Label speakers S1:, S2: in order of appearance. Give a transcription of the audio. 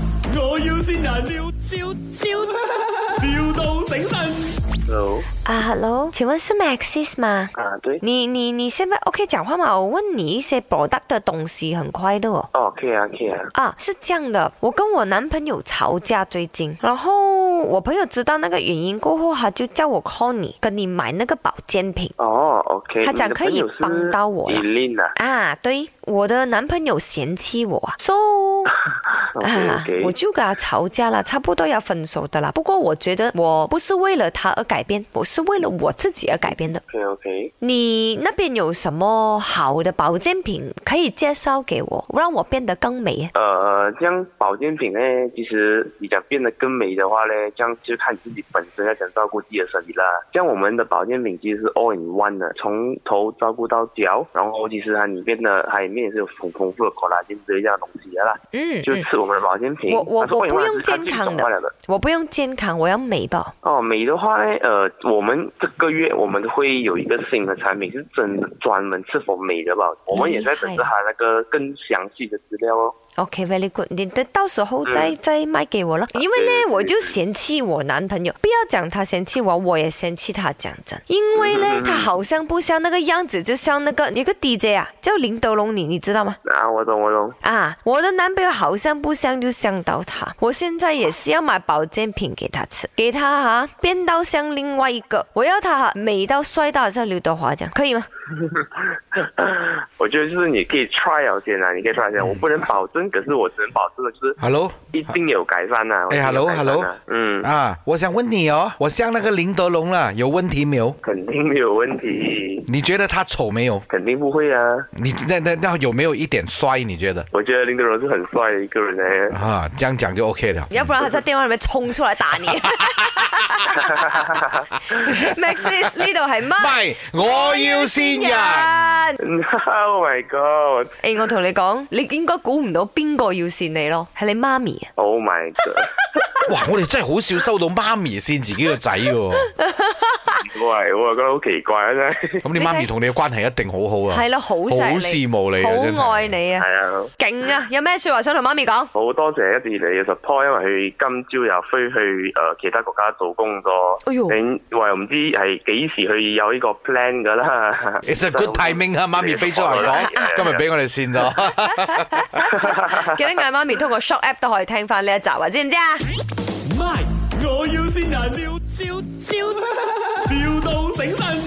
S1: 要先人，笑笑笑，,笑到醒神。
S2: Hello，
S3: 啊，hello，请问是 Maxis 吗？
S2: 啊，对，
S3: 你你你现在 OK 讲话吗？我问你一些 product 的东西，很快的哦。
S2: 哦，可以啊，可以啊，
S3: 啊，是这样的，我跟我男朋友吵架最近，然后我朋友知道那个原因过后，他就叫我 call 你，跟你买那个保健品
S2: 哦，OK，
S3: 他讲可以帮到我啦
S2: 伊琳啊
S3: 啊。对，我的男朋友嫌弃我啊，so 啊，
S2: ，OK
S3: 我
S2: OK，
S3: 就跟他吵架了，差不多要分手的啦。不过我觉得我不是为了他而改变，我是为了我自己而改变的。
S2: OK OK，
S3: 你那边有什么好的保健品可以介绍给我，让我变得更美？
S2: 呃，这样保健品呢，其实你想变得更美的话呢，这样就看你自己本身要想照顾自己的身体啦。像我们的保健品其实是 all in one 的，从头照顾到脚，然后其实它里面的它里面也是有丰丰富的 collagen 之类这样的东西的啦。
S3: 嗯
S2: 就
S3: 嗯，
S2: 吃我们的保健品，
S3: 我我
S2: 但是 all in one
S3: 我不用
S2: 是它自己
S3: 健康的
S2: 转化了的。
S3: 我不用健康，我要美吧。
S2: 哦，美的话呢，呃，我们这个月我们会有一个新的产品，是真的专门是否美的吧？我们也在等着它那个更详细的资料哦。
S3: OK，very、good。你的到时候再、再卖给我了，因为
S2: 对对
S3: 呢，
S2: 对
S3: 我就嫌弃我男朋友，不要讲他嫌弃我，我也嫌弃他。讲真，因为呢，他好像不像那个样子，就像那个有个 DJ 啊，叫林德龙你，你知道吗？
S2: 啊，我懂，我懂。
S3: 啊，我的男朋友好像不像就像到他，我现在也是要买保健品给他吃，给他哈、变到像另外一个，我要他美到帅到像刘德华这样，可以吗？
S2: 我觉得就是你可以 try 了先啊，你可以 try 先，我不能保证，可是我只能保证的就是
S4: Hello，
S2: 一定有改善呐、啊。
S4: 哎
S2: 我觉得有
S4: ，Hello
S2: 改善啊
S4: Hello，
S2: 嗯，
S4: 啊，我想问你哦，我像那个林德龙了，有问题没有？
S2: 肯定没有问题，
S4: 你觉得他丑没有？
S2: 肯定不会啊。
S4: 你那那那有没有一点帅？你觉得？
S2: 我觉得林德荣是很帅的一个人 呢、
S4: 啊，这样讲就 OK 了。
S3: 要不然他在电话里面冲出来打 你。Maxis 呢度係
S4: 唔
S3: 乜？
S4: 係，我要先人。
S2: o h Oh my god！
S3: 诶、我同你講，你應該估唔到邊個要線你咯，係你媽咪啊！
S2: Oh my god！
S4: 哇！我哋真係好少收到媽咪線自己個仔 喎。
S2: 喂，我覺得好奇怪啊真係。
S4: 咁你媽咪同你嘅關係一定好好啊。
S3: 係咯，好錫
S4: 好
S3: 你，
S4: 羨慕你啊真係
S3: 好愛你啊，
S2: 係啊，
S3: 勁啊！有咩说話想同媽咪 講？
S2: 好多謝一直以嚟嘅 support，因為佢今朝又飛去誒、呃其他國家做工作。
S3: 哎呦
S2: 你話又唔知係幾時去有呢個 plan 㗎啦。
S4: It's a good timing 啊！媽咪飛出 嚟
S2: 啊
S4: 講，今日俾我哋線咗。
S3: 記得嗌媽咪通過 Shop App 都可以聽翻呢一集啊，知唔知啊？
S1: My，我要先人，笑笑笑，,笑到醒神。